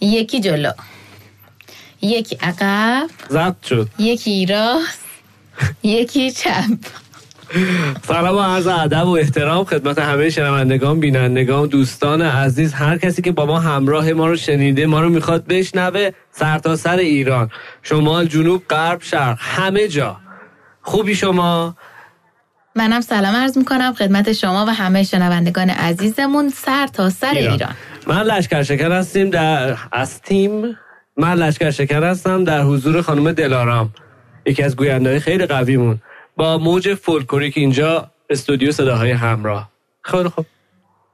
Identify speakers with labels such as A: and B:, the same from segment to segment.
A: یکی جلو یکی عقب
B: ضبط شد
A: یکی راست یکی چپ
B: سلام و عرض ادب و احترام خدمت همه شنوندگان بینندگان دوستان عزیز هر کسی که با ما همراه ما رو شنیده ما رو میخواد بشنوه سرتاسر سر ایران شمال جنوب غرب شرق همه جا خوبی شما
A: منم سلام عرض میکنم خدمت شما و همه شنوندگان عزیزمون سر تا سر ایران, آره، ایران.
B: من لشکر شکر هستیم در از تیم من لشکر شکر هستم در حضور خانم دلارام یکی از گوینده خیلی قویمون با موج فولکوریک اینجا استودیو صداهای همراه خیلی خوب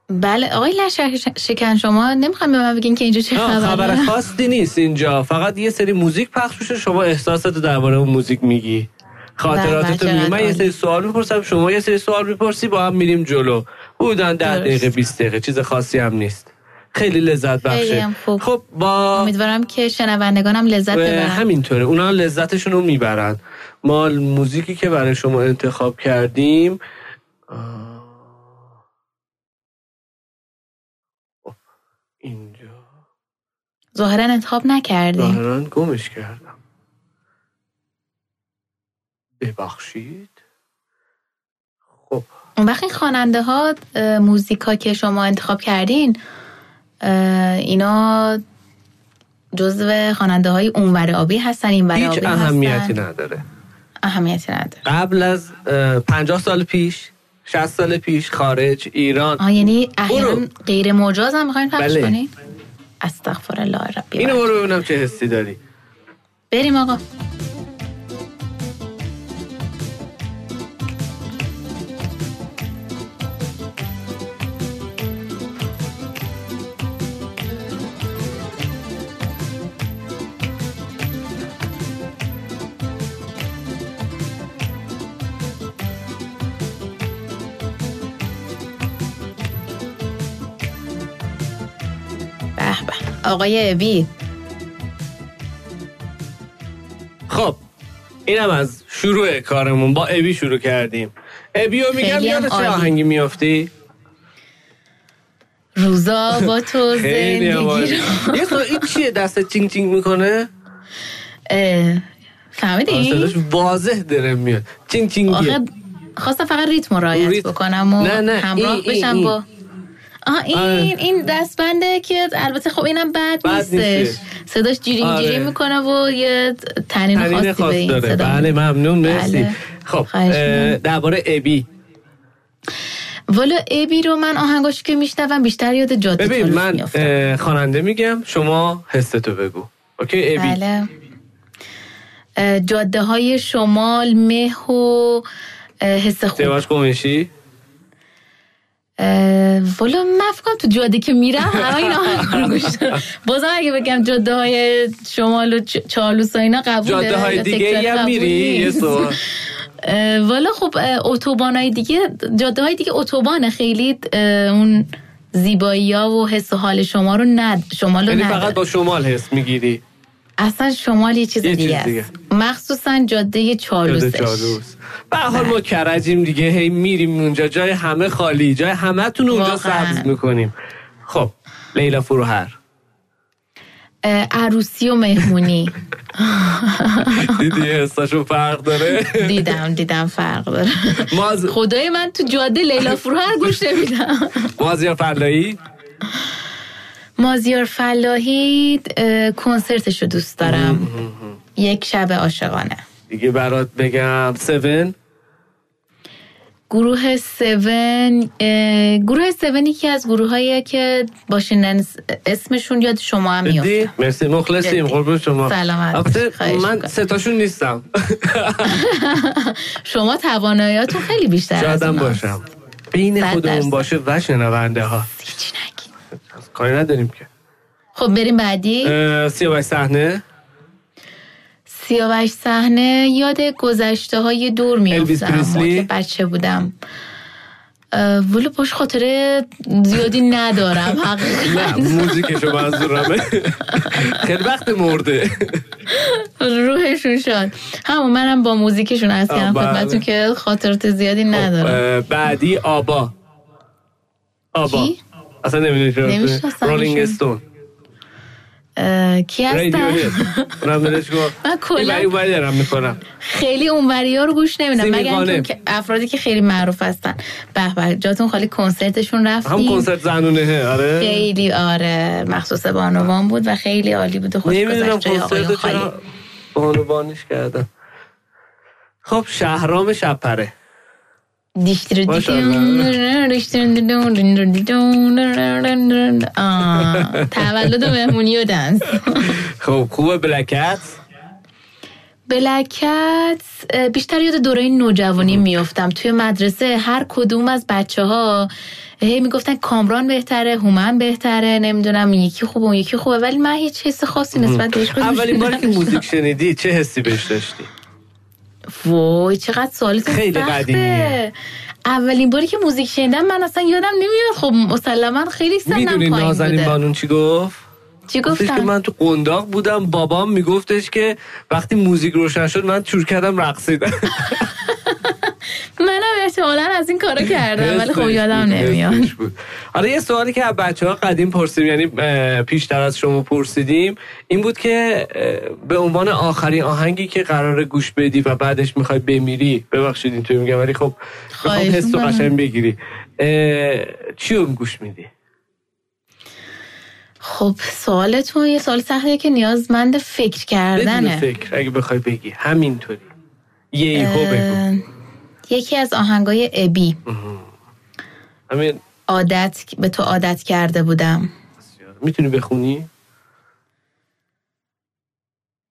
A: بله آقای لشکر شکن شما نمیخوام به من بگین که اینجا چه خبره
B: خبر خاصی نیست اینجا فقط یه سری موزیک پخش میشه شما احساسات درباره اون موزیک میگی خاطراتتو میگی من یه سری سوال میپرسم شما یه سری سوال میپرسی با هم میریم جلو بودن ده دقیقه 20 دقیقه چیز خاصی هم نیست خیلی لذت بخشه
A: خب. خب با امیدوارم که شنوندگانم لذت ببرن
B: همینطوره اونا لذتشون رو میبرن ما موزیکی که برای شما انتخاب کردیم آه... خب، اینجا
A: ظاهرا انتخاب نکردیم
B: ظاهرا گمش کردم ببخشید خب
A: اون وقت این خواننده ها موزیک ها که شما انتخاب کردین اینا جزو خواننده های اونور آبی هستن این آبی
B: هیچ اهمیتی نداره
A: اهمیتی نداره
B: قبل از 50 سال پیش 60 سال پیش خارج ایران
A: آه یعنی احیانا غیر مجاز هم میخواین پخش بله. کنید استغفر الله ربی
B: اینو برو ببینم چه حسی داری
A: بریم آقا آقای ابی
B: خب اینم از شروع کارمون با ابی شروع کردیم ابی رو میگم یاد چه آهنگی میافتی؟
A: روزا با تو زندگی رو
B: این چیه دست چینگ چینگ میکنه؟
A: فهمیدی؟
B: واضح داره میاد چینگ چینگیه
A: خواستم فقط ریتم رایت بکنم و همراه بشم با آه این آره. این دستبنده که البته خب اینم بد, بد نیستش صداش جیرینگ آره. جیرینگ میکنه و یه تنین, تنین خاصی خاص به یعنی این داره. صدا
B: بله ممنون مرسی بله. خب درباره ابی
A: والا ابی رو من آهنگاش که میشنوم بیشتر یاد جاده
B: ببین من خواننده میگم شما حستو بگو اوکی ابی
A: بله. جاده های شمال مه و حس خوب
B: سواش قومشی
A: بله، والا من فکرم تو جاده که میرم همه این آهنگ گوش بازم اگه بگم جاده های شمال و چالوس و اینا قبوله
B: جاده های دیگه هم میری یه سوال
A: والا خب اتوبان های دیگه جاده های دیگه اتوبانه خیلی اون زیبایی ها و حس و حال شما رو ند شما رو نداره
B: یعنی فقط با شمال حس میگیری
A: اصلا شمال یه چیز, یه دیگه, چیز دیگه است مخصوصا جاده چالوسش جاده
B: چالوس به حال
A: بله.
B: ما کرجیم دیگه هی میریم اونجا جای همه خالی جای همه تون اونجا سبز میکنیم خب لیلا فروهر
A: عروسی و مهمونی
B: دیدی حساشو فرق داره
A: دیدم دیدم فرق داره ماز... خدای من تو جاده لیلا فروهر گوش نمیدم
B: مازیار فلایی
A: مازیار فلاحی کنسرتش رو دوست دارم یک شب عاشقانه
B: دیگه برات بگم سون
A: گروه سون گروه سون یکی از گروه هایی که باشین اسمشون یاد شما هم میفته
B: مرسی مخلصیم قربون شما
A: سلامت
B: من ستاشون نیستم
A: شما تواناییاتون خیلی بیشتر
B: شادم از باشم بین خودمون باشه و شنونده ها کاری نداریم که
A: خب بریم بعدی
B: سیاوش صحنه
A: سیاوش صحنه یاد گذشته های دور میافتم که بچه بودم ولی باش خاطره زیادی ندارم
B: حقیقت موزیکشو منظورمه خیلی وقت مرده
A: روحشون شاد همون منم با موزیکشون از کردم
B: بله.
A: خدمتون که خاطرات زیادی
B: خب،
A: ندارم
B: بعدی آبا آبا اصلا نمیدونی رولینگ استون
A: کی هستن من
B: کلا میکنم
A: خیلی اونوری ها رو گوش نمیدم مگر که افرادی که خیلی معروف هستن به به جاتون خالی کنسرتشون رفتیم
B: هم کنسرت زنونه آره
A: خیلی آره مخصوص بانوان بود و خیلی عالی بود خوش
B: نمیدونم کنسرت چرا بانوانش کردم خب شهرام شپره
A: تولد و مهمونی و دنس
B: خب خوبه بلکت
A: بلکت بیشتر یاد دوره نوجوانی میافتم توی مدرسه هر کدوم از بچه ها هی میگفتن کامران بهتره هومن بهتره نمیدونم یکی خوبه اون یکی خوبه ولی من هیچ حس خاصی نسبت بهش
B: اولین باری که موزیک شنیدی چه حسی بهش داشتی
A: وای چقدر سوالتون
B: خیلی قدیمیه
A: اولین باری که موزیک شنیدم من اصلا یادم نمیاد خب مسلما خیلی سنم پایین بوده
B: میدونی نازنین بانون چی گفت
A: چی گفتن؟
B: که من تو قنداق بودم بابام میگفتش که وقتی موزیک روشن شد من چور کردم رقصیدم
A: منم احتمالا از این کارو کردم ولی خب یادم نمیاد
B: آره یه سوالی که از بچه ها قدیم پرسیدیم یعنی پیشتر از شما پرسیدیم این بود که به عنوان آخرین آهنگی که قرار گوش بدی و بعدش میخوای بمیری ببخشید اینطوری میگم ولی خب میخوام حس قشنگ بگیری چی رو گوش میدی
A: خب سوالتون یه سوال سختیه که نیازمند فکر کردنه بدون
B: فکر اگه بخوای بگی همینطوری یه اه... خب، بگو
A: یکی از آهنگای ابی
B: همین
A: عادت به تو عادت کرده بودم
B: میتونی بخونی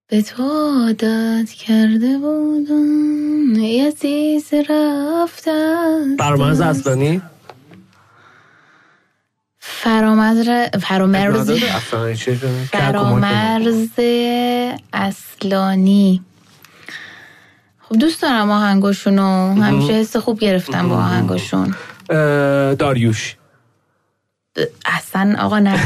A: به تو عادت کرده بودم یه چیز رفتن
B: فرامرز اصلانی
A: فرامرز فرامرز فرامرز اصلانی خب دوست دارم آهنگاشون و همیشه حس خوب گرفتم با آهنگاشون
B: داریوش
A: اصلا آقا نه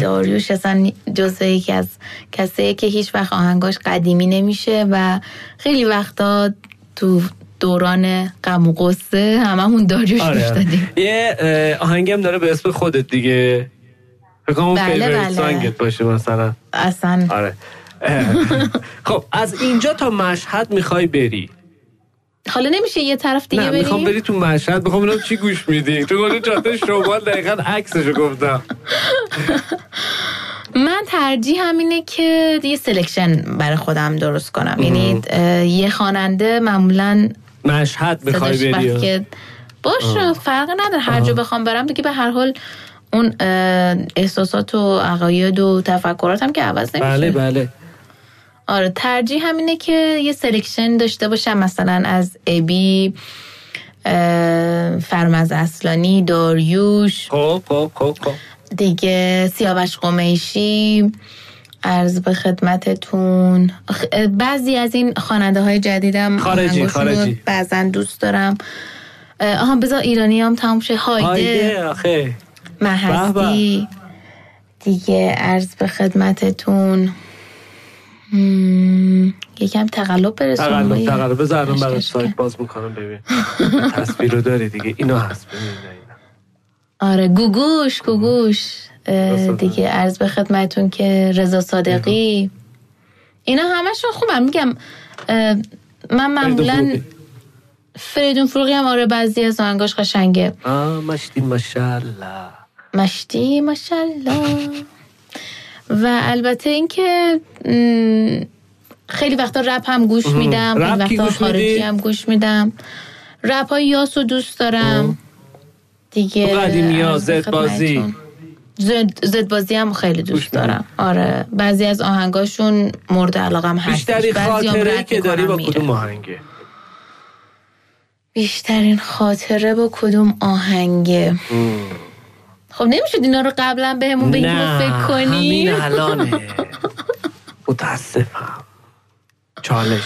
A: داریوش اصلا جزو یکی از کسایی که هیچ وقت آهنگاش قدیمی نمیشه و خیلی وقتا تو دوران غم و قصه هممون داریوش آره. گوش دادیم
B: یه آهنگم داره به اسم خودت دیگه فکر کنم بله بله. سانگت باشه مثلا
A: اصلا
B: آره خب از اینجا تا مشهد میخوای بری
A: حالا نمیشه یه طرف دیگه
B: بری؟ میخوام بری تو مشهد میخوام ببینم چی گوش میدی تو گفتی جاده شمال دقیقا عکسشو گفتم
A: من ترجیح همینه که یه سلکشن برای خودم درست کنم یعنی یه خواننده معمولا
B: مشهد میخوای بری
A: باشه فرق نداره هر جا بخوام برم دیگه به هر حال اون احساسات و عقاید و تفکرات هم که عوض نمیشه
B: بله بله
A: آره ترجیح همینه که یه سلکشن داشته باشم مثلا از ابی فرمز اصلانی داریوش
B: خب خب خب خب
A: دیگه سیاوش قمیشی عرض به خدمتتون بعضی از این خواننده های جدیدم
B: خارجی خارجی
A: بعضا دوست دارم آها بذار ایرانی هم تموم شه هایده,
B: هایده آخه
A: من هستی دیگه عرض به خدمتتون مم. یکم تقلب برسون
B: تقلب تقلب بذار الان برای سایت باز میکنم ببین تصویر رو داری دیگه اینا هست ببین
A: آره گوگوش گوگوش دیگه عرض به خدمتون که رضا صادقی اینا همشون خوبم میگم من معمولا فریدون فروغی هم آره بعضی از آهنگاش قشنگه
B: آه مشتی ماشالله
A: مشتی ماشالله و البته اینکه خیلی وقتا رپ هم گوش میدم
B: رپ
A: وقتا
B: گوش
A: خارجی میدی؟ هم گوش میدم رپ های یاس رو دوست دارم ام. دیگه
B: قدیمی ها زد بازی
A: زد, زد بازی هم خیلی دوست دارم آره بعضی از آهنگاشون مورد علاقم هست
B: بیشتری خاطره که داری با کدوم آهنگه
A: بیشترین خاطره با کدوم آهنگه ام. خب نمیشد اینا رو قبلا بهمون به بگیم و فکر کنیم
B: همین الانه متاسفم چالش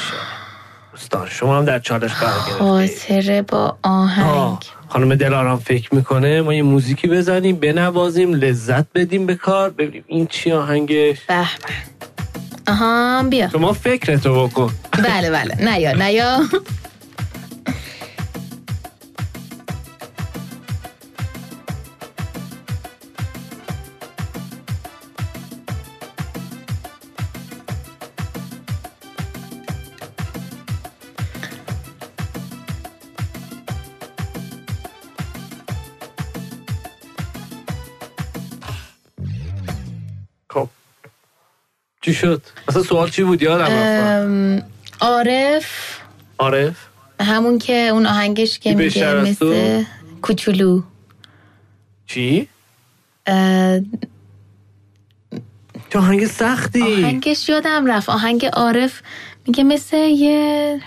B: استاد شما هم در چالش قرار
A: خاطره با آهنگ آه.
B: خانم دلارام فکر میکنه ما یه موزیکی بزنیم بنوازیم لذت بدیم به کار ببینیم این چی آهنگش
A: به آها بیا
B: شما فکرتو بکن
A: بله بله نه یا نه یا
B: خب. چی شد اصلا سوال چی بود یادم
A: عارف
B: عارف
A: همون که اون آهنگش که میگه مثل کوچولو
B: چی اه... تو آهنگ سختی
A: آهنگش یادم رفت آهنگ عارف میگه مثل یه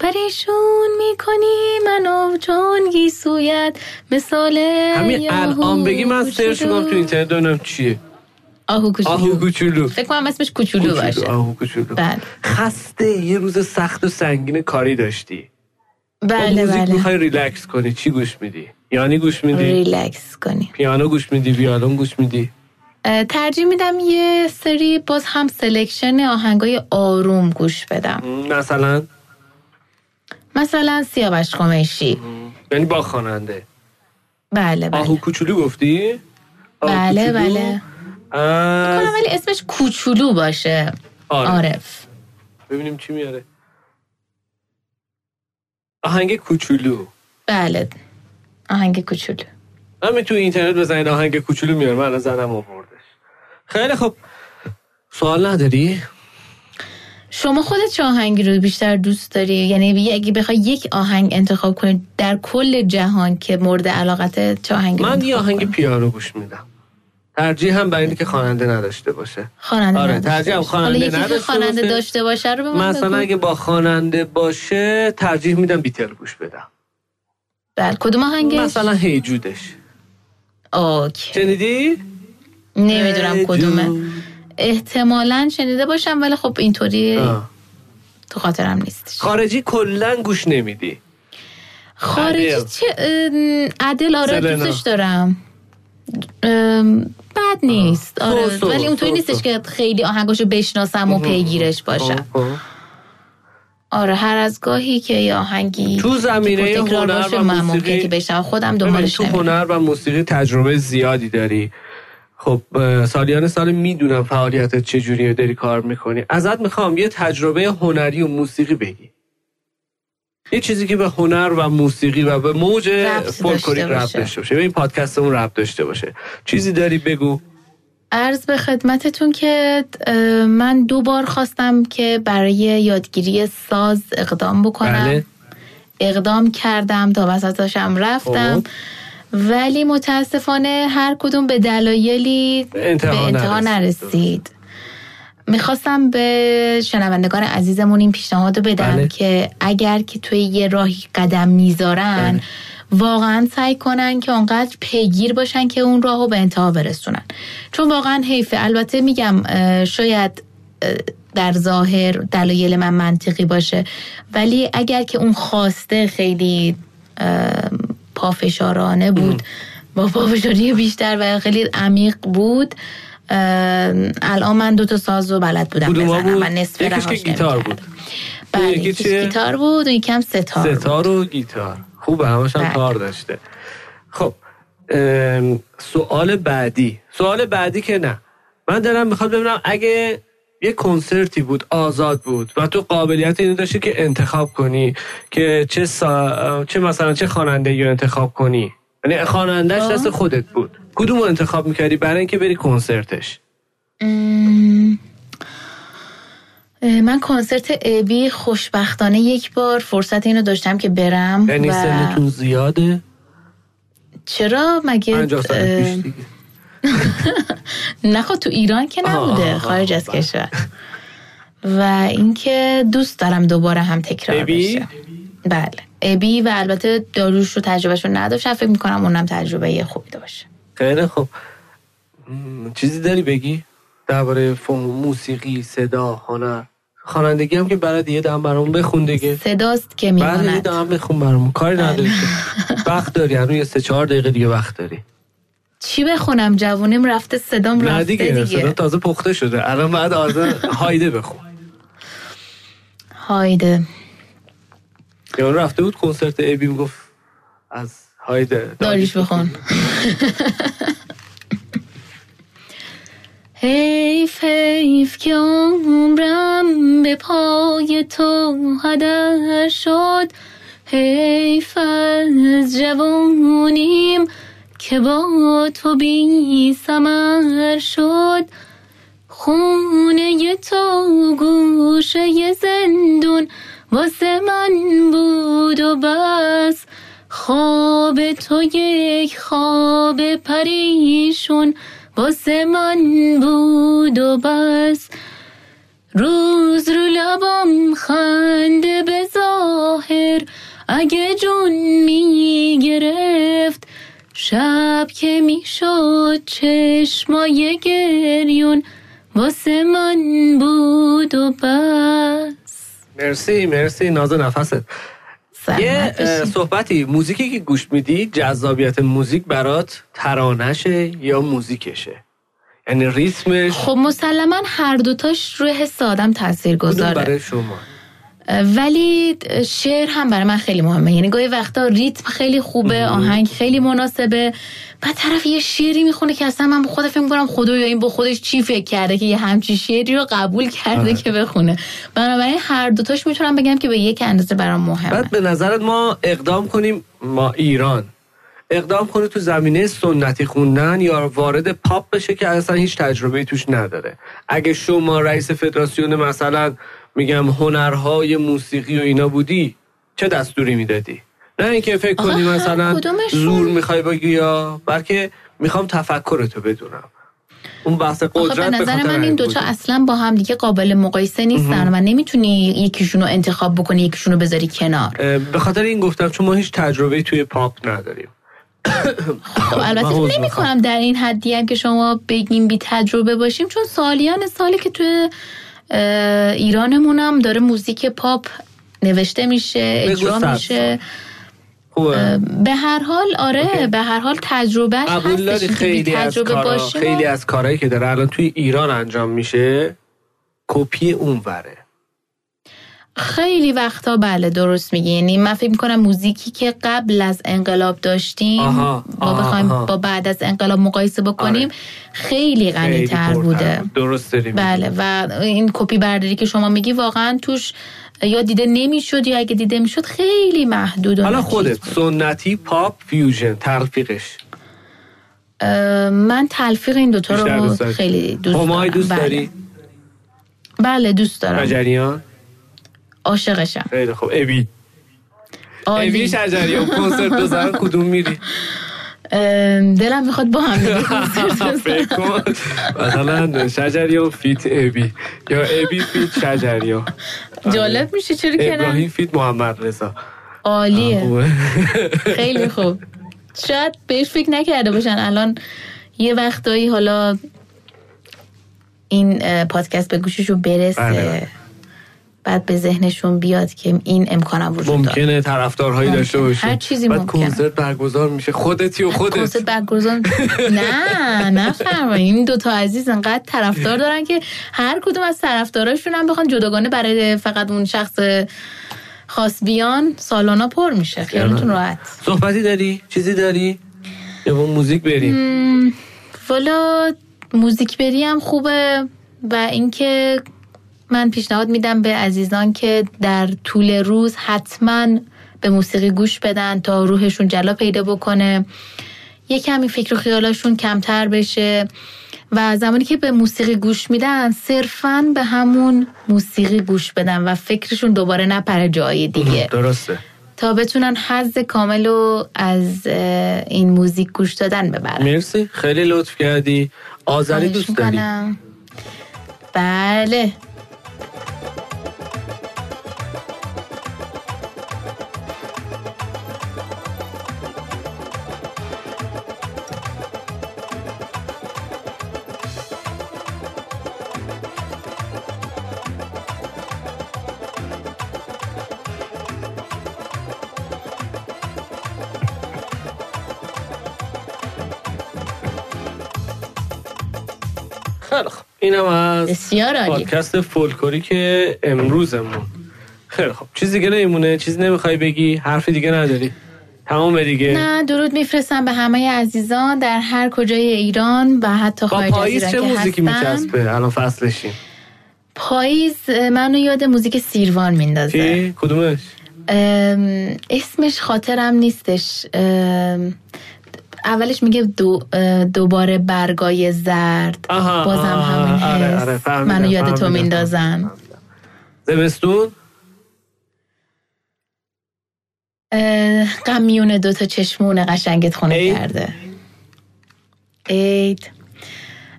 A: پریشون میکنی منو چون گیسویت مثال
B: همین الان بگی من سرچ کنم تو اینترنت دونم چیه
A: آهو کوچولو آهو
B: کوچولو
A: فکر کنم اسمش کوچولو باشه
B: آهو کوچولو بله خسته یه روز سخت و سنگین کاری داشتی
A: بله بله
B: میخوای ریلکس کنی چی گوش میدی یعنی گوش میدی
A: ریلکس کنی
B: پیانو گوش میدی ویولن گوش میدی
A: ترجیح میدم یه سری باز هم سلکشن آهنگای آروم گوش بدم
B: مثلا
A: مثلا سیاوش قمیشی
B: یعنی با خواننده
A: بله بله
B: آهو کوچولو گفتی
A: بله بله از... ولی اسمش کوچولو باشه
B: آره.
A: عارف
B: ببینیم چی میاره آهنگ کوچولو
A: بله آهنگ کوچولو
B: همین تو اینترنت بزنید آهنگ کوچولو میاره من الان زنم آوردش خیلی خب سوال نداری
A: شما خودت چه آهنگی رو بیشتر دوست داری یعنی اگه بخوای یک آهنگ انتخاب کنی در کل جهان که مورد علاقت چه آهنگی
B: من یه آهنگ پیانو گوش میدم ترجیح هم برای اینکه خواننده نداشته باشه
A: خواننده
B: آره ترجیح هم خواننده
A: نداشته خواننده داشته باشه رو به من
B: مثلا بگو. اگه با خواننده باشه ترجیح میدم بیتل گوش بدم
A: بله کدوم آهنگش
B: مثلا هیجودش
A: اوکی
B: شنیدی
A: نمیدونم کدومه احتمالا شنیده باشم ولی خب اینطوری تو خاطرم نیست
B: خارجی کلا گوش نمیدی
A: خارجی عدل. چه عدل آره دوستش دارم بد نیست آره
B: خب،
A: سو سو ولی اونطوری نیستش که خیلی آهنگاشو بشناسم و پیگیرش
B: خب.
A: باشم آره هر از گاهی که یه آهنگی
B: تو زمینه هنر و موسیقی
A: که بشنم خودم دنبالش
B: تو هنر و موسیقی تجربه زیادی داری خب سالیان سال میدونم فعالیتت چجوری داری کار میکنی ازت میخوام یه تجربه هنری و موسیقی بگی یه چیزی که به هنر و موسیقی و به موج فولکلوریک رب داشته باشه به این پادکستمون رب داشته باشه چیزی داری بگو
A: عرض به خدمتتون که من دو بار خواستم که برای یادگیری ساز اقدام بکنم
B: بله.
A: اقدام کردم تا وسطاشم رفتم آه. ولی متاسفانه هر کدوم به دلایلی
B: به انتها,
A: انتها نرسید میخواستم به شنوندگان عزیزمون این پیشنهاد رو بدم بله. که اگر که توی یه راهی قدم میذارن بله. واقعا سعی کنن که آنقدر پیگیر باشن که اون راهو به انتها برسونن چون واقعا حیفه البته میگم شاید در ظاهر دلایل من منطقی باشه ولی اگر که اون خواسته خیلی پافشارانه بود با پافشاری بیشتر و خیلی عمیق بود الان من دو تا ساز رو بلد بودم
B: بزنم بود؟
A: من نصف
B: یکیش که گیتار بود
A: بله یکیش گیتار بود و یکم ستار
B: ستار و گیتار خوبه همش هم تار داشته خب سوال بعدی سوال بعدی که نه من دارم میخواد ببینم اگه یه کنسرتی بود آزاد بود و تو قابلیت اینو داشتی که انتخاب کنی که چه سا... چه مثلا چه خواننده رو انتخاب کنی یعنی خوانندهش دست خودت بود کدوم رو انتخاب میکردی برای اینکه بری کنسرتش
A: ام... من کنسرت ابی خوشبختانه یک بار فرصت اینو داشتم که برم
B: یعنی و... سنتون زیاده؟
A: چرا مگه نه خب تو ایران که نبوده خارج از کشور و اینکه دوست دارم دوباره هم تکرار بشه بله ابی و البته داروش رو تجربهش رو نداشت فکر میکنم اونم تجربه خوبی داشت
B: خیلی خب چیزی داری بگی درباره موسیقی صدا هنر خوانندگی هم که برای دیگه دم برامون بخون دیگه
A: صداست که میموند
B: برای دم بخون برامون کاری نداری وقت داری هنوز یه سه چهار دقیقه دیگه وقت داری
A: چی بخونم جوونیم رفته صدام رفته
B: دیگه, دیگه. صدا تازه پخته شده الان بعد آزه هایده بخون
A: هایده
B: یارو رفته بود کنسرت ابی گفت از هایده
A: داریش بخون حیف حیف که عمرم به پای تو هدر شد حیف از جوانیم که با تو بی سمر شد خونه تو گوشه زندون واسه من بود و بس خواب تو یک خواب پریشون واسه من بود و بس روز رو لبم خنده به ظاهر اگه جون می گرفت شب که میشد چشمای گریون واسه من بود و بس
B: مرسی مرسی ناز نفست
A: بله،
B: یه صحبتی موزیکی که گوش میدی جذابیت موزیک برات ترانشه یا موزیکشه یعنی ریتمش
A: خب مسلما هر دوتاش روی حس آدم تاثیر گذاره
B: برای شما
A: ولی شعر هم برای من خیلی مهمه یعنی گاهی وقتا ریتم خیلی خوبه آهنگ خیلی مناسبه بعد طرف یه شعری میخونه که اصلا من خود فکر میکنم خدا یا این با خودش چی فکر کرده که یه همچی شعری رو قبول
B: آره.
A: کرده آه. که بخونه بنابراین هر دوتاش میتونم بگم که به یک اندازه برام مهمه
B: بعد به نظرت ما اقدام کنیم ما ایران اقدام کنه تو زمینه سنتی خوندن یا وارد پاپ بشه که اصلا هیچ تجربه توش نداره اگه شما رئیس فدراسیون مثلا میگم هنرهای موسیقی و اینا بودی چه دستوری میدادی نه اینکه فکر کنی مثلا زور میخوای بگی یا بلکه میخوام تفکر تو بدونم اون بحث قدرت
A: خب، به نظر من این دوتا اصلا با هم دیگه قابل مقایسه نیستن و نمیتونی یکیشون رو انتخاب بکنی یکیشون رو بذاری کنار
B: به خاطر این گفتم چون ما هیچ تجربه توی پاپ نداریم
A: خب
B: آره،
A: البته فکر نمی کنم در این حدی هم که شما بگیم بی تجربه باشیم چون سالیان سالی که توی ایرانمون هم داره موزیک پاپ نوشته میشه اجرا میشه به هر حال آره اوکی. به هر حال تجربه
B: قبول خیلی تجربه از کارا خیلی از کارهایی که داره الان توی ایران انجام میشه کپی اونوره
A: خیلی وقتا بله درست میگی یعنی من فکر میکنم موزیکی که قبل از انقلاب داشتیم آها، آها، با بخوایم آها. با بعد از انقلاب مقایسه بکنیم آره. خیلی غنی تر بوده
B: درست داری
A: بله و این کپی برداری که شما میگی واقعا توش یا دیده نمیشد یا اگه دیده میشد خیلی محدود
B: حالا خودت سنتی پاپ فیوژن تلفیقش
A: من تلفیق این دوتا رو خیلی دوست دارم
B: خب، دوست داری؟
A: بله, بله دوست دارم
B: بجریان؟
A: عاشقشم
B: خیلی خوب ابی ابی شجریان کنسرت بزن کدوم میری
A: دلم میخواد با هم
B: مثلا شجریان فیت ابی یا ابی فیت شجریان
A: جالب میشه چرا که
B: بله. ابراهیم فیت محمد رضا
A: عالیه خیلی خوب شاید بهش فکر نکرده باشن الان یه وقتایی حالا این پادکست به گوششون برسه بعد به ذهنشون بیاد که این امکانم وجود
B: داره ممکنه طرفدارهایی داشته باشه
A: آره. هر چیزی
B: بعد
A: ممکنه
B: کنسرت برگزار میشه خودتی و خودت
A: کنسرت برگزار نه نه فرمایید این دوتا عزیز انقدر طرفدار دارن که هر کدوم از طرفداراشون هم بخوان جداگانه برای فقط اون شخص خاص بیان سالونا پر میشه خیالتون راحت
B: صحبتی داری چیزی داری یا موزیک بریم
A: والا موزیک بریم خوبه و اینکه من پیشنهاد میدم به عزیزان که در طول روز حتما به موسیقی گوش بدن تا روحشون جلا پیدا بکنه یه کمی فکر و خیالاشون کمتر بشه و زمانی که به موسیقی گوش میدن صرفا به همون موسیقی گوش بدن و فکرشون دوباره نپره جای دیگه
B: درسته
A: تا بتونن حظ کامل رو از این موزیک گوش دادن ببرن
B: مرسی خیلی لطف کردی آذری آره، دوست داری
A: بله
B: اینم از
A: بسیار عالی.
B: پادکست فولکوری که امروزمون خیلی خب چیز دیگه نمیمونه چیز نمیخوای بگی حرف دیگه نداری تمام دیگه
A: نه درود میفرستم به همه عزیزان در هر کجای ایران و حتی خارج از ایران
B: خب، چه موزیکی میچسبه الان فصلشیم
A: پاییز منو یاد موزیک سیروان میندازه
B: کدومش
A: اسمش خاطرم نیستش اولش میگه دو دوباره برگای زرد
B: آها،
A: بازم
B: آها،
A: همون
B: آره،
A: حس
B: آره، فهمیدم،
A: منو یاد تو
B: فهمیدم،
A: میندازن
B: زمستون
A: اه، غم میونه دوتا چشمون قشنگت خونه
B: عید؟
A: کرده عید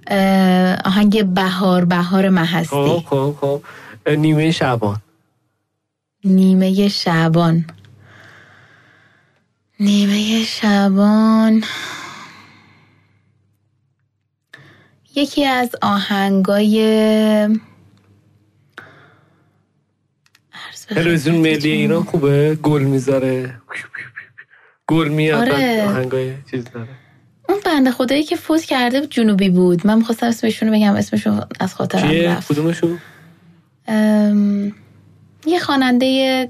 A: اه، آهنگ بهار بهار
B: خب
A: محستی
B: خب خب نیمه شبان
A: نیمه شعبان نیمه شعبان یکی از آهنگای عرض به
B: تلویزیون
A: خدمتتون.
B: ملی ایران خوبه گل میذاره گل میاد
A: آره.
B: بعد آهنگای چیز داره
A: اون بنده خدایی که فوت کرده بود، جنوبی بود من میخواستم اسمشون رو بگم اسمشون از خاطرم
B: چیه
A: رفت
B: کدومشون
A: ام، یه خواننده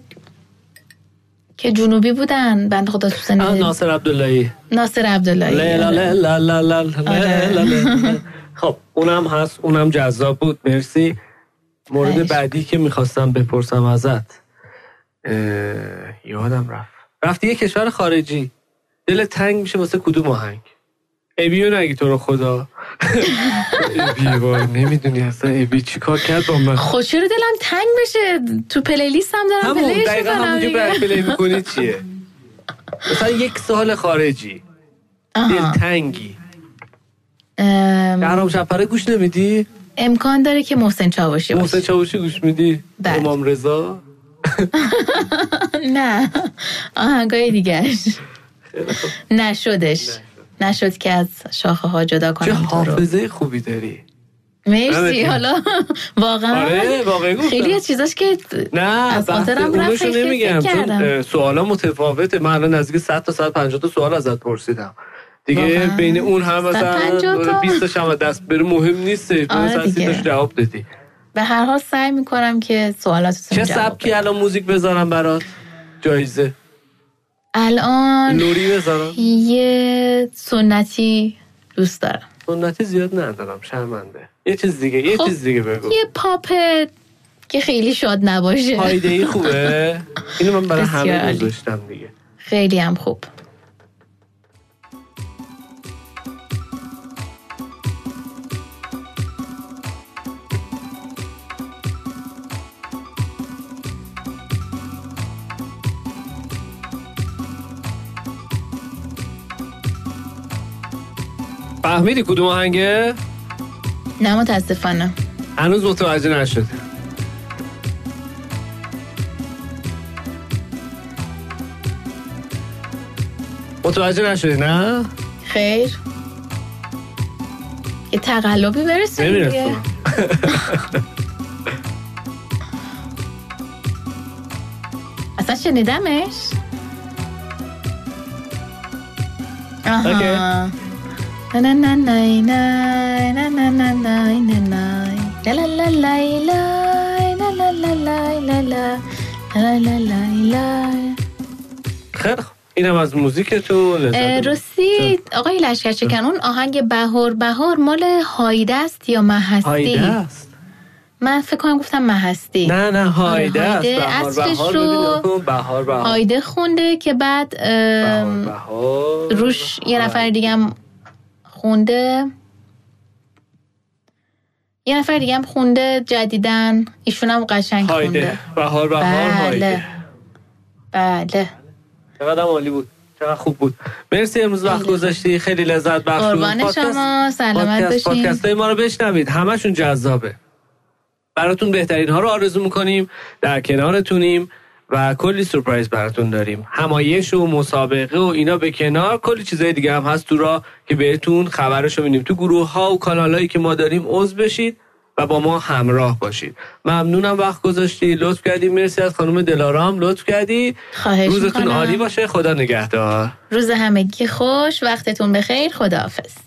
A: که جنوبی بودن بنده خدا تو سن
B: آه، ناصر عبداللهی
A: ناصر
B: لا
A: عبداللهی
B: لا لا لا لا لا لا
A: آره.
B: لا لا. خب اونم هست اونم جذاب بود مرسی مورد
A: خواهش.
B: بعدی که میخواستم بپرسم ازت اه، یادم رفت رفتی یه کشور خارجی دل تنگ میشه واسه کدوم آهنگ ابیو نگی تو رو خدا ابی وای نمیدونی اصلا ابی چیکار کرد با من
A: خوشی رو دلم تنگ میشه تو پلیلیست هم دارم
B: همون
A: پلیش
B: دقیقا
A: میکنم
B: همون که
A: دیگه.
B: بعد پلی میکنی چیه مثلا یک سال خارجی دل
A: آها.
B: تنگی
A: ام،
B: شهرام شپره گوش نمیدی
A: امکان داره که محسن چاوشی
B: محسن
A: باشه
B: چاوشی گوش میدی
A: بله.
B: امام رضا
A: نه آهنگای دیگرش نشدش نشد که از شاخه ها جدا
B: چه
A: کنم تو رو
B: حافظه خوبی داری
A: مرسی
B: دمتون.
A: حالا واقعا
B: آره واقعا گفتم
A: خیلی از چیزاش که
B: نه
A: از
B: بحث
A: خاطرم رفت
B: اونوشو
A: خیلی فکر
B: نمیگم چون
A: کردم.
B: اه، سوالا متفاوته من الان نزدیک 100 تا 150 تا سوال ازت پرسیدم دیگه
A: واقعا؟
B: بین اون هم مثلا
A: 150 تا؟
B: 20 تاش هم از دست بره مهم نیست
A: آره
B: مثلا 30
A: دیگه.
B: تاش جواب دادی
A: به هر حال سعی میکنم که سوالاتتون
B: چه
A: رو جواب
B: سبکی
A: بدم.
B: الان موزیک بذارم برات جایزه
A: الان
B: لوری بذارم
A: یه سنتی دوست دارم
B: سنتی زیاد ندارم شرمنده یه چیز دیگه یه
A: خب،
B: چیز دیگه بگو
A: یه پاپ که خیلی شاد نباشه
B: هایده ای خوبه اینو من برای
A: بسیار
B: همه
A: عالی.
B: گذاشتم دیگه
A: خیلی هم خوب
B: فهمیدی کدوم آهنگه
A: نه متاسفانه
B: هنوز متوجه نشد متوجه نشدی نه؟
A: خیر یه تقلبی برسه دیگه
B: نمیرسونم
A: اصلا شنیدمش آها
B: اوکی.
A: نه نه نه نه نه نه نه نه نه نه نه. لا لا لا لای لای، لا لا لا لای لا لا. لا لا لای لای.
B: خیلی خوب. اینم از موزیکتون لذت
A: اه،
B: ببرید.
A: راستی آقای لشکرچکن اون آهنگ بهار بهار مال هایده است یا
B: هایده
A: محستی
B: است
A: من فکر کنم گفتم محستی
B: نه نه هایده
A: آره، هایده.
B: است بهار
A: اصلش
B: بهار
A: رو-
B: ببین، نگاه کن. بهار بهار
A: هایده خونده که بعد اه،
B: بهار بهار
A: روش یه
B: آره.
A: نفر دیگه هم خونده یه نفر دیگه هم خونده جدیدن ایشون هم قشنگ
B: هایده
A: خونده
B: بهار بهار
A: بله
B: هایده
A: بله
B: چقدر عالی بود چقدر خوب بود مرسی امروز وقت گذاشتی خیلی لذت بخش بود
A: قربان
B: پادکست-
A: شما، سلامت
B: پادکست
A: باشین.
B: پادکست های ما رو بشنوید همشون جذابه براتون بهترین ها رو آرزو میکنیم در کنارتونیم و کلی سورپرایز براتون داریم همایش و مسابقه و اینا به کنار کلی چیزای دیگه هم هست تو را که بهتون خبرش رو میدیم تو گروه ها و کانال هایی که ما داریم عضو بشید و با ما همراه باشید ممنونم وقت گذاشتی لطف کردی مرسی از خانم دلارام لطف کردی
A: خواهش
B: روزتون
A: می‌کنم.
B: عالی باشه خدا نگهدار
A: روز همگی خوش وقتتون بخیر خداحافظ